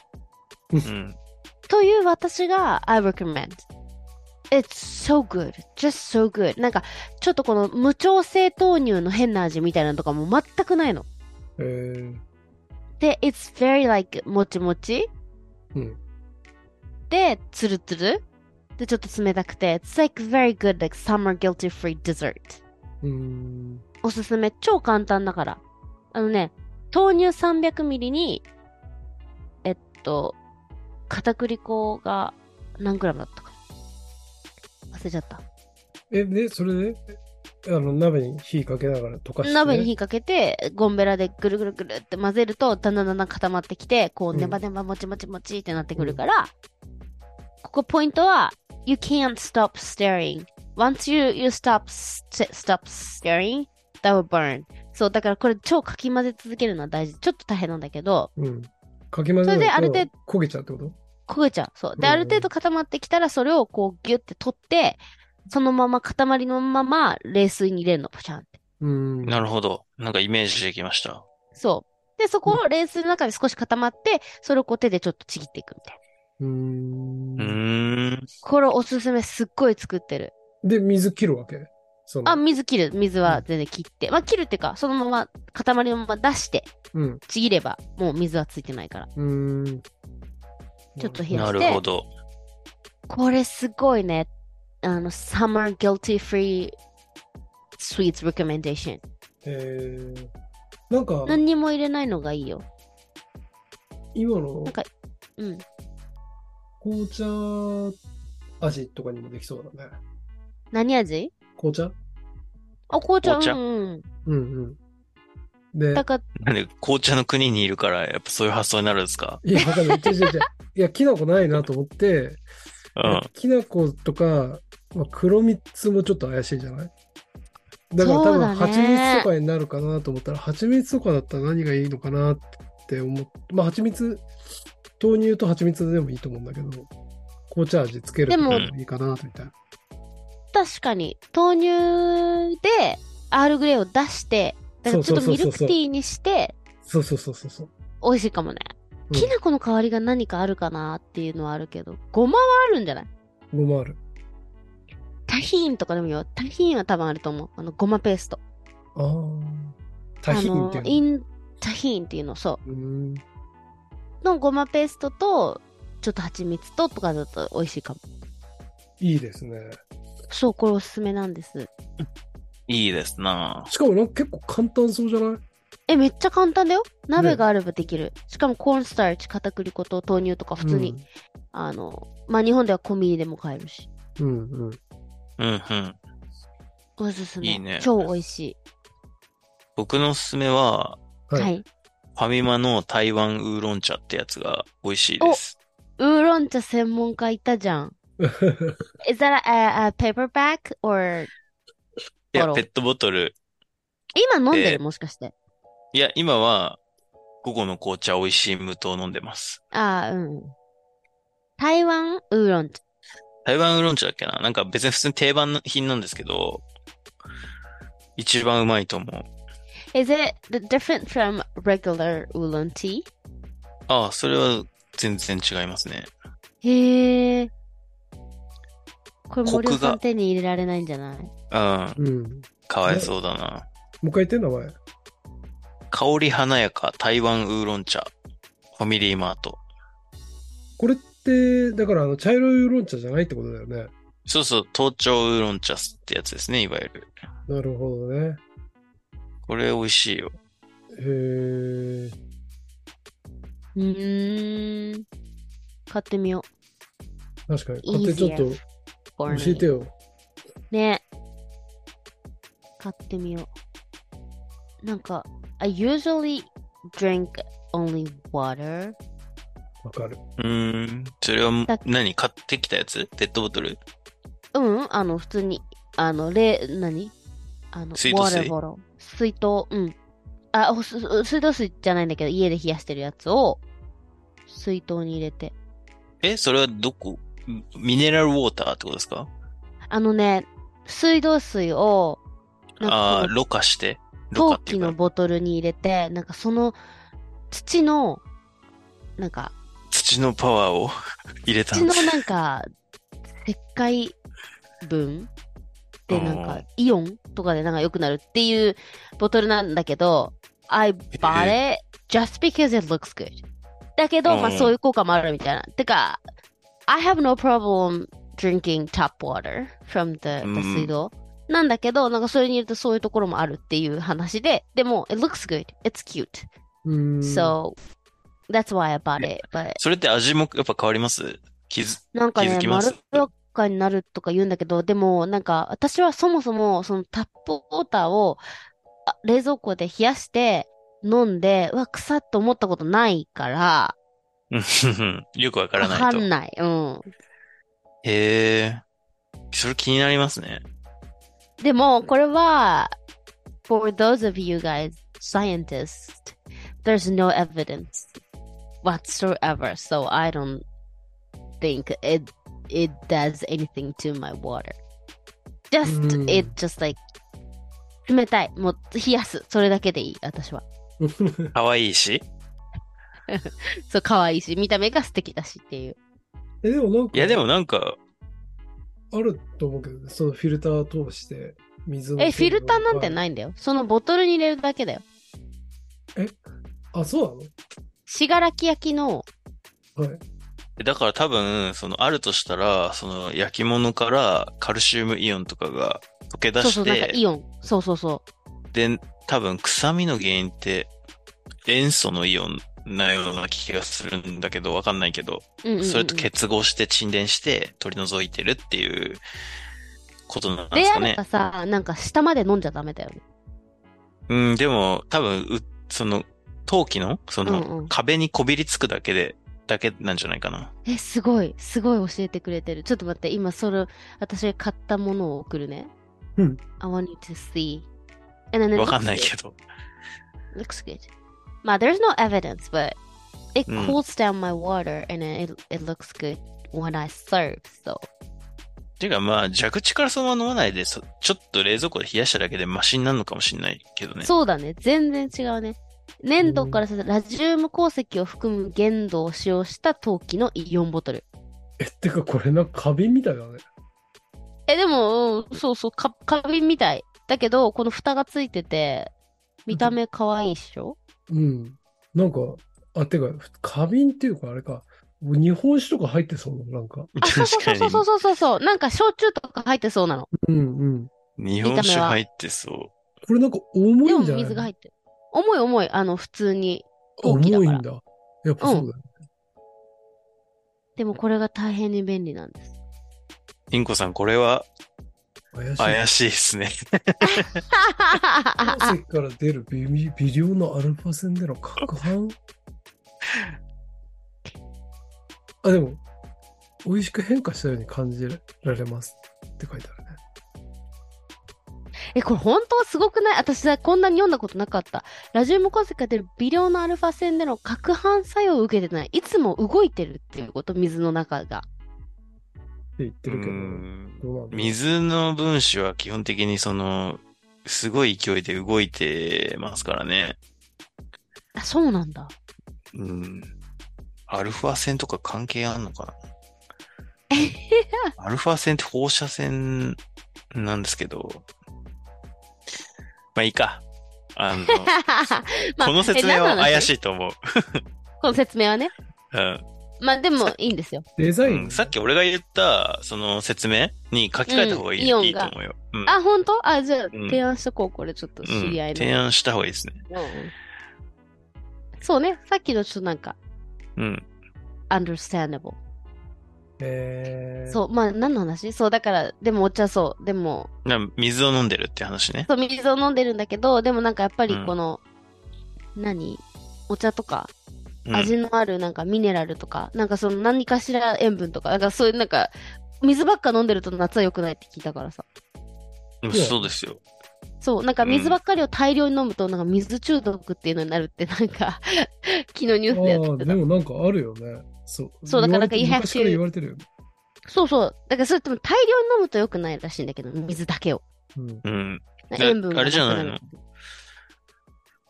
Speaker 3: うん。
Speaker 1: という私が I recommend. It's so good. Just so good. なんかちょっとこの無調整豆乳の変な味みたいなのとかも全くないの。
Speaker 2: えー、
Speaker 1: で、It's very like もちもち。
Speaker 2: うん。
Speaker 1: で、ツルツル。で、ちょっと冷たくて。It's like very good like summer guilty free dessert.
Speaker 2: うん。
Speaker 1: おすすめ。超簡単だから。あのね、豆乳 300ml に、えっと、片栗粉が何グラムだったか。忘れちゃった。
Speaker 2: え、で、それで、あの、鍋に火かけながら溶かして。
Speaker 1: 鍋に火かけて、ゴンベラでぐるぐるぐるって混ぜると、だんだんだんだん固まってきて、こう、
Speaker 2: うん
Speaker 1: ネバネバもちもちもちってなってくるから、ここポイントは、You can't stop staring. Once you, you stop, st- stop staring, that will burn. そう、だからこれ超かき混ぜ続けるのは大事。ちょっと大変なんだけど、
Speaker 2: うん。かき混ぜ
Speaker 1: それである程
Speaker 2: 度焦げちゃうってこと
Speaker 1: 焦げちゃう。そう。で、
Speaker 2: うん
Speaker 1: ある程度固まってきたら、それをこうギュって取って、そのまま塊のまま冷水に入れるの、ポシャンって。
Speaker 2: うん。
Speaker 3: なるほど。なんかイメージできました。
Speaker 1: そう。で、そこを冷水の中で少し固まって、それをこう手でちょっとちぎっていくみたいな。
Speaker 2: うーん
Speaker 3: うーん。
Speaker 1: これおすすめすっごい作ってる。
Speaker 2: で、水切るわけその
Speaker 1: あ、水切る。水は全然切って。まあ切るっていうか、そのまま塊のまま出して、
Speaker 2: うん。
Speaker 1: ちぎればもう水はついてないから。
Speaker 2: うーん。
Speaker 1: ちょっと冷やして
Speaker 3: なるほど。
Speaker 1: これすごいね。あの、Summer Guilty Free Sweets Recommendation。
Speaker 2: えー、なんか、
Speaker 1: 何にも入れないのがいいよ。
Speaker 2: 今の
Speaker 1: なんかうん。
Speaker 2: 紅茶味とかにもできそうだね。
Speaker 1: 何味
Speaker 2: 紅茶
Speaker 1: あ、紅茶。
Speaker 3: 紅茶
Speaker 1: うん、
Speaker 2: うんうん。
Speaker 1: うん。
Speaker 2: で
Speaker 1: だ、から、
Speaker 3: なんで、紅茶の国にいるから、やっぱそういう発想になるんですか
Speaker 2: いや、わかんない。違う違う違う。いや、きな粉ないなと思って、
Speaker 3: うん。
Speaker 2: きな粉とか、まあ、黒蜜もちょっと怪しいじゃないだから多
Speaker 1: そう
Speaker 2: 分
Speaker 1: だね
Speaker 2: 蜂蜜とかになるかなと思ったら、蜂蜜とかだったら何がいいのかなって思って、まあ蜂蜜、豆乳と蜂蜜でもいいと思うんだけど、紅茶味つける
Speaker 1: で
Speaker 2: と
Speaker 1: も
Speaker 2: かもいいかなみたいな。
Speaker 1: 確かに、豆乳でアールグレイを出して、だからちょっと
Speaker 2: そう
Speaker 1: ミ
Speaker 2: そうそ
Speaker 1: ルク
Speaker 2: うそう
Speaker 1: ティーにして、
Speaker 2: そうそうそうそうそう。
Speaker 1: 美味しいかもね。
Speaker 2: うん
Speaker 1: きな粉の香りが何かあるかなっていうのはあるけど、ごまはあるんじゃない
Speaker 2: ごまある。
Speaker 1: タヒーンとかでもいいよ。タヒーンは多分あると思う。あの、ごまペースト。
Speaker 2: ああ。タヒンって
Speaker 1: あの、
Speaker 2: い
Speaker 1: イ
Speaker 2: う
Speaker 1: ン、タヒーンっていうの、そう。
Speaker 2: の。うん。
Speaker 1: のごまペーストと、ちょっと蜂蜜ととかだと美味しいかも。
Speaker 2: いいですね。
Speaker 1: そう、これおすすめなんです。
Speaker 3: いいですな
Speaker 2: しかもなんか結構簡単そうじゃない
Speaker 1: え、めっちゃ簡単だよ。鍋があればできる。しかもコーンスターチ、片栗粉と豆乳とか普通に、。あの、まあ、日本ではコンビニでも買えるし。
Speaker 2: うん、うん、 うん。
Speaker 3: うんうん。
Speaker 1: おすすめ。
Speaker 3: いいね
Speaker 1: 超美味しい。
Speaker 3: 僕のおすすめは、
Speaker 1: は、
Speaker 2: はいい
Speaker 3: ファミマの台湾ウーロン茶ってやつが美味しいです。
Speaker 1: ウーロン茶専門家いたじゃん。Is that a, a, a paperback or あ
Speaker 3: いや、
Speaker 1: ら
Speaker 3: ペットボトル。
Speaker 1: 今飲んで
Speaker 3: ええ
Speaker 1: るもしかして。
Speaker 3: いや、今は、午後の紅茶美味しい無糖飲んでます。
Speaker 1: ああ、うん。台湾ウーロン茶。
Speaker 3: 台湾ウーロン茶だっけななんか別に普通に定番品なんですけど、一番うまいと思う。
Speaker 1: Is it different from regular oolong tea?
Speaker 3: ああ、それは全然違いますね。
Speaker 1: へえ。これ
Speaker 3: コ
Speaker 1: 森
Speaker 3: クが
Speaker 1: 尾さん手に入れられないんじゃない
Speaker 3: うん、
Speaker 2: うん。も
Speaker 3: かわいそうだな。
Speaker 2: う一回言ってんだ、前。
Speaker 3: 香り華やか台湾ウーロン茶。ファミリーマート。
Speaker 2: これって、だからあの、茶色いウーロン茶じゃないってことだよね。
Speaker 3: そうそう、東京ウーロン茶ってやつですね、いわゆる。
Speaker 2: なるほどね。
Speaker 3: これ美味しいよ。
Speaker 2: へえ。
Speaker 1: うーん。買ってみよ
Speaker 2: 確かに。買ってちょっと
Speaker 1: う。教
Speaker 2: 教えてよ。
Speaker 1: ね。買ってみよう。なんか、I usually drink only water.
Speaker 2: わかる。
Speaker 3: うーん。それは
Speaker 1: だ、
Speaker 3: 何買ってきたやつペットボトル
Speaker 1: うん、あの、普通に、あの、れ、何あの、
Speaker 3: 水道水
Speaker 1: water bottle 水筒、うん。あ、ほす水道水じゃないんだけど、家で冷やしてるやつを、水筒に入れて。
Speaker 3: え、それはどこんミネラルウォーターってことですか
Speaker 1: あのね、水道水を、なんか
Speaker 3: ああ
Speaker 1: こ
Speaker 3: ー、
Speaker 1: の
Speaker 3: ろ過して。ろ過
Speaker 1: 陶
Speaker 3: って
Speaker 1: 器
Speaker 3: いう
Speaker 1: の
Speaker 3: か、
Speaker 1: ボトルに入れて、なんかその、土の、なんか、
Speaker 3: 土のパワーを 入れた
Speaker 1: 土
Speaker 3: ん
Speaker 1: の
Speaker 3: です。
Speaker 1: なんか、石灰分でなん
Speaker 3: う
Speaker 1: か
Speaker 3: ん、
Speaker 1: イオンとかでなんか良くなるっていうボトルなんだけど、I bought it just because it looks good. だけど、まあ
Speaker 3: うん
Speaker 1: そういう効果もあるみたいな。てか、I have no problem drinking tap water from the,
Speaker 3: うん
Speaker 1: the 水道。なんだけど、なんかそれによるとそういうところもあるっていう話で、でも、it looks good, it's cute.
Speaker 2: うーん。
Speaker 1: So, that's why I bought it. But
Speaker 3: それって味もやっぱ変わります傷。
Speaker 1: なんか
Speaker 3: 気づ
Speaker 1: ね、
Speaker 3: き
Speaker 1: ま
Speaker 3: ます
Speaker 1: ろやかになるとか言うんだけど、でもなんか私はそもそもそのタップウォーターをあ冷蔵庫で冷やして飲んで、うわ、臭っと思ったことないから、
Speaker 3: うん よくわから
Speaker 1: わ
Speaker 3: ない
Speaker 1: か
Speaker 3: と。
Speaker 1: んない。うん。
Speaker 3: へえ。それ気になりますね。
Speaker 1: でもこれは、for those of you guys, scientists, there's no evidence whatsoever, so I don't think it, it does anything to my water. Just,
Speaker 2: うん
Speaker 1: it just like, 冷たい。もう冷やす。それだけでいい、私は。
Speaker 3: 可愛いし。
Speaker 1: そう、可愛いし、見た目が素敵だしっていう。
Speaker 2: え、でもなんか、
Speaker 3: いや、でもなんか、
Speaker 2: あると思うけどね、そのフィルター通して、水の。
Speaker 1: え、フィルターなんて
Speaker 2: い
Speaker 1: ないんだよ。そのボトルに入れるだけだよ。
Speaker 2: あ、そう
Speaker 1: 信楽焼きの、
Speaker 2: なのはい。
Speaker 3: だから多分、そのあるとしたら、その焼き物からカルシウムイオンとかが溶け出
Speaker 1: そう
Speaker 3: し
Speaker 1: そう、なんか
Speaker 3: て、
Speaker 1: イオン。そうそうそう。
Speaker 3: で、多分臭みの原因って塩素のイオンなような気がするんだけど、わかんないけど、
Speaker 1: うんうんうん
Speaker 3: それと結合して沈殿して取り除いてるっていうことなんで
Speaker 1: ですあ
Speaker 3: か
Speaker 1: れ
Speaker 3: ね
Speaker 1: ば。さ、なんか下まで飲んじゃダメだよね。
Speaker 3: うん、でも多分、うその陶器の、そ
Speaker 1: うんう
Speaker 3: の
Speaker 1: ん
Speaker 3: 壁にこびりつくだけで、だけなんじゃないかな。
Speaker 1: え、すごい、すごい教えてくれてる。ちょっと待って、今それ、私が買ったものを送るね。
Speaker 2: Hmm.
Speaker 1: I want you to see. And then it
Speaker 3: わかん
Speaker 1: looks
Speaker 3: ない
Speaker 1: good.
Speaker 3: けど。
Speaker 1: looks good. まあ、there's no evidence, but it
Speaker 3: うん
Speaker 1: cools down my water and it, it looks good when I serve, so.
Speaker 3: てかまあ、蛇口からそのまま飲まないで、そちょっと冷蔵庫で冷やしただけでマシになるのかもしれないけどね。
Speaker 1: そうだね。全然違うね。粘土からさラジウム鉱石を含む原土を使用した陶器のイオンボトル。
Speaker 2: え、ってかこれなんか花瓶みたいだね。
Speaker 1: え、でも、うんそうそう、か花瓶みたい。だけど、この蓋がついてて、見た目可愛いっしょ
Speaker 2: うん。なんか、あ、てか、花瓶っていうかあれか、日本酒とか入ってそうな、なんか。
Speaker 1: あ、そうそう
Speaker 3: 確か
Speaker 1: そうそう
Speaker 3: に。
Speaker 1: そうそうそう。なんか焼酎とか入ってそうなの。
Speaker 2: うんうん。
Speaker 3: 日本酒入ってそう。
Speaker 2: これなんか重
Speaker 1: で
Speaker 2: い
Speaker 1: も
Speaker 2: んじゃない
Speaker 1: 水が入ってる。重い重い、あの、普通に。陶器だ
Speaker 2: 重
Speaker 1: か
Speaker 2: い
Speaker 1: ら
Speaker 2: んだ。やっぱそうだよ。
Speaker 1: でもこれが大変に便利なん です。
Speaker 3: インコさん、これは
Speaker 2: 怪しい。
Speaker 3: 怪しいですね。
Speaker 2: 鉱石から出る微微微量のアルファ線での攪拌。 あ、でも、美味しく変化したように感じられますって書いてあるね。
Speaker 1: え、これ本当すごくない私さ、こんなに読んだことなかった。ラジウム鉱石が出る微量のアルファ線での攪拌作用を受けてない。いつも動いてるっていうこと、水の中が。
Speaker 2: って言って
Speaker 3: う
Speaker 2: るけど、
Speaker 3: ん
Speaker 2: どうなんだろう
Speaker 3: 水の分子は基本的にその、すごい勢いで動いてますからね。
Speaker 1: あ、そうなん だ。
Speaker 3: うん。アルファ線とか関係あんのかな アルファ線って放射線なんですけど。まあいいか。あの、
Speaker 1: まあ
Speaker 3: この説明は怪し
Speaker 1: い。
Speaker 3: いと思う。
Speaker 1: この説明はね。
Speaker 3: うん
Speaker 1: まあでもいいんですよ。
Speaker 2: デザイ
Speaker 3: う
Speaker 2: ン、
Speaker 3: ん。さっき俺が言った、その説明に書き換えた方がいい,、
Speaker 1: うんイオンが
Speaker 3: いいと思うよ。うん。
Speaker 1: あ、本当あ、じゃあ
Speaker 3: うん
Speaker 1: 提案しとこう。これちょっと知り合
Speaker 3: う
Speaker 1: い
Speaker 3: ん、
Speaker 1: の。
Speaker 3: 提案した方がいいですね。
Speaker 1: うんそうね。さっきのちょっとなんか、
Speaker 3: うん。
Speaker 1: understandable。
Speaker 2: えー、
Speaker 1: そう、まあ何の話そう、だから、でもお茶そう。でも、
Speaker 3: な水を飲んでるって話ね。
Speaker 1: そう、水を飲んでるんだけど、でもなんかやっぱ
Speaker 3: う
Speaker 1: り
Speaker 3: ん
Speaker 1: この、何お茶とか、
Speaker 3: うん、
Speaker 1: 味のあるなんかミネラルとか、なんかその何かしら塩分とか、なんかそういうなんか、水ばっか飲んでると夏は良くないって聞いたからさ。
Speaker 3: うんそうですよ。
Speaker 1: そう、なんか水ばっかりを大量に飲むと、なんか水中毒っていうのになるって、なんか、 昨日ニュースでや
Speaker 2: あ
Speaker 1: っ
Speaker 2: あ、
Speaker 1: て
Speaker 2: で
Speaker 1: た。
Speaker 2: もなんかあるよね。そう。
Speaker 1: そうだからなんか
Speaker 2: 言われ
Speaker 1: you have
Speaker 2: て昔から言われてるよね。
Speaker 1: そうそう。だからそれとも大量に飲むと良くないらしいんだけど、水だけを。
Speaker 2: うん。
Speaker 3: うん。だ
Speaker 1: 塩分が
Speaker 3: あれじゃないの
Speaker 1: なくる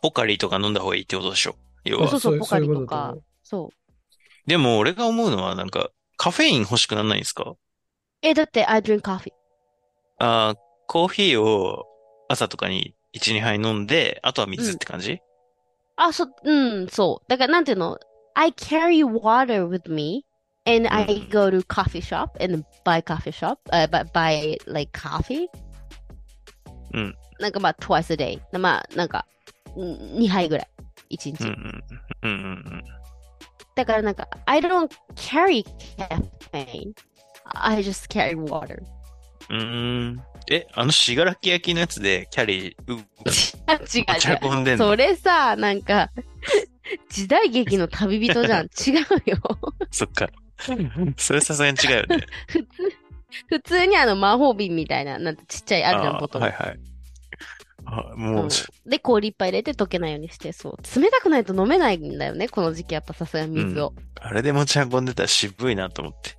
Speaker 3: ポカリとか飲んだ方がいいってことでしょ。要
Speaker 1: そう
Speaker 3: は
Speaker 1: そう
Speaker 2: あ
Speaker 1: ポカリとか
Speaker 2: だ思う
Speaker 1: そう。
Speaker 3: でも俺が思うのはなんか、カフェイン欲しくなんないんですか
Speaker 1: え、だって、I drink coffee.
Speaker 3: あーコーヒーを朝とかに1、2杯飲んで、あとは水って感じ、
Speaker 1: あ、そ、うん、そう。だから、なんていうの ?I carry water with me, and I
Speaker 3: うん
Speaker 1: go to coffee shop, and buy coffee shop, uh, bu- buy, like, coffee.
Speaker 3: うん。
Speaker 1: なんかまあ、twice a day. まあ、なんか、2杯ぐらい。1
Speaker 3: うん、う
Speaker 1: 日。
Speaker 3: んうんうんうん
Speaker 1: だからなんか、I don't carry caffeine. I just carry water.
Speaker 3: うん。うーん。え、あの信楽焼きのやつでキャリー、う、
Speaker 1: あ、違う
Speaker 3: お茶
Speaker 1: 違
Speaker 3: 込んで
Speaker 1: う。
Speaker 3: んの
Speaker 1: それさ、なんか、時代劇の旅人 じゃん。違うよ。
Speaker 3: そっか。それさすがに違うよね。
Speaker 1: 普通、普通にあの魔法瓶みたいな、なんてちっちゃい あるじゃん、
Speaker 3: ー
Speaker 1: ボトル。
Speaker 3: はいはい。あもう、
Speaker 1: うんで、氷いっぱい入れて溶けないようにして、そう。冷たくないと飲めないんだよね、この時期やっぱさすがに水を。
Speaker 3: あれで持ち運んでたら渋いなと思って。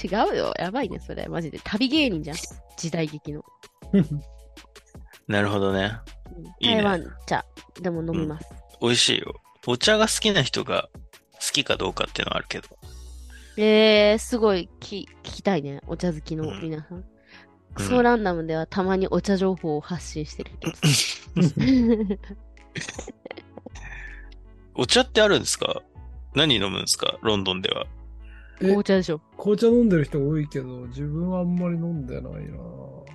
Speaker 1: 違うよ、やばいね、それ。マジで。旅芸人じゃん。時代劇の。
Speaker 3: なるほどね。
Speaker 1: うん
Speaker 3: いいね
Speaker 1: 台湾茶でも飲みます。
Speaker 3: 美味しいよ。お茶が好きな人が好きかどうかっていうのはあるけど。
Speaker 1: えー、すごいき聞きたいね、お茶好きの皆さん。クソランダムではたまにお茶情報を発信してるけど。
Speaker 3: お茶ってあるんですか何飲むんですかロンドンでは。
Speaker 2: え
Speaker 1: お茶でしょ。
Speaker 2: 紅茶飲んでる人多いけど、自分はあんまり飲んでないなコ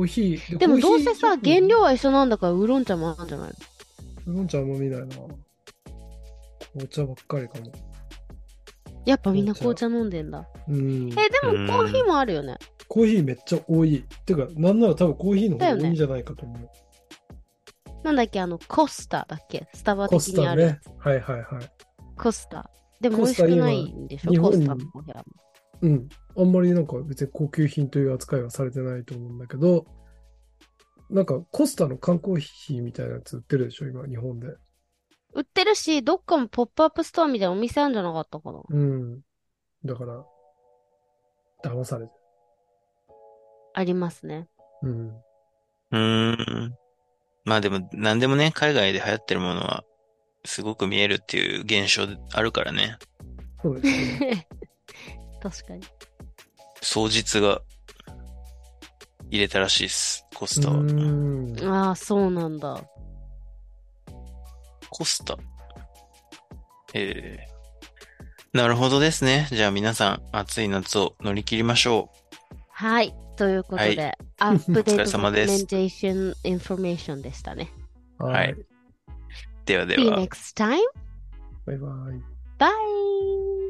Speaker 2: ーヒー。
Speaker 1: でもどうせ
Speaker 2: コ
Speaker 1: さ、
Speaker 2: ーヒー
Speaker 1: 原料は一緒なんだから、ウーロン茶もあるんじゃないの
Speaker 2: 飲んじゃあんま見ないな紅茶ばっかりかも。
Speaker 1: やっぱみんな紅茶飲んでんだ。
Speaker 2: うん
Speaker 1: え、。でもコーヒーもあるよね。
Speaker 2: コーヒーめっちゃ多い。てか、なんなら多分コーヒーの方が多いんじゃないかと思う。
Speaker 1: なんだっけ、あの、コスタだっけスタバ
Speaker 2: コ
Speaker 1: 的
Speaker 2: ス
Speaker 1: にあ
Speaker 2: タ
Speaker 1: る。
Speaker 2: ね。はいはいはい。
Speaker 1: コスタ。でも美
Speaker 2: コ
Speaker 1: 味
Speaker 2: ス
Speaker 1: し
Speaker 2: タ
Speaker 1: くないんでしょ
Speaker 2: 今
Speaker 1: コス
Speaker 2: 日
Speaker 1: タ
Speaker 2: 本
Speaker 1: の
Speaker 2: に
Speaker 1: コーヒーは。
Speaker 2: うん。あんまりなんか別に高級品という扱いはされてないと思うんだけど、なんかコスタの缶コーヒーみたいなやつ売ってるでしょ、今、日本で。
Speaker 1: 売ってるし、どっかもポップアップストアみたいなお店あるんじゃなかったかな。
Speaker 2: うん。だから、騙されて
Speaker 1: ありますね。
Speaker 2: る。うん。
Speaker 3: うーん。まあでも、なんでもね、海外で流行ってるものは、すごく見えるっていう現象あるからね。
Speaker 2: そうですね。
Speaker 1: 確かに。
Speaker 3: 双日が入れたらしいっす、コス
Speaker 2: う
Speaker 3: タは。
Speaker 2: ん。
Speaker 1: ああ、そうなんだ。
Speaker 3: コスタ。ええなるほどですね。じゃあ皆さん、暑い夏を乗り切りましょ
Speaker 1: はい。ということで、
Speaker 3: は
Speaker 1: アップデ
Speaker 3: お疲
Speaker 1: ー
Speaker 3: れ
Speaker 1: ト
Speaker 3: 様
Speaker 1: のメ
Speaker 3: です
Speaker 1: ンテーションインフォメーションでしたね。
Speaker 2: は
Speaker 3: はい
Speaker 2: い。
Speaker 3: う。ではで
Speaker 1: See you
Speaker 3: は。
Speaker 1: next time.
Speaker 2: バイバイ。
Speaker 1: Bye!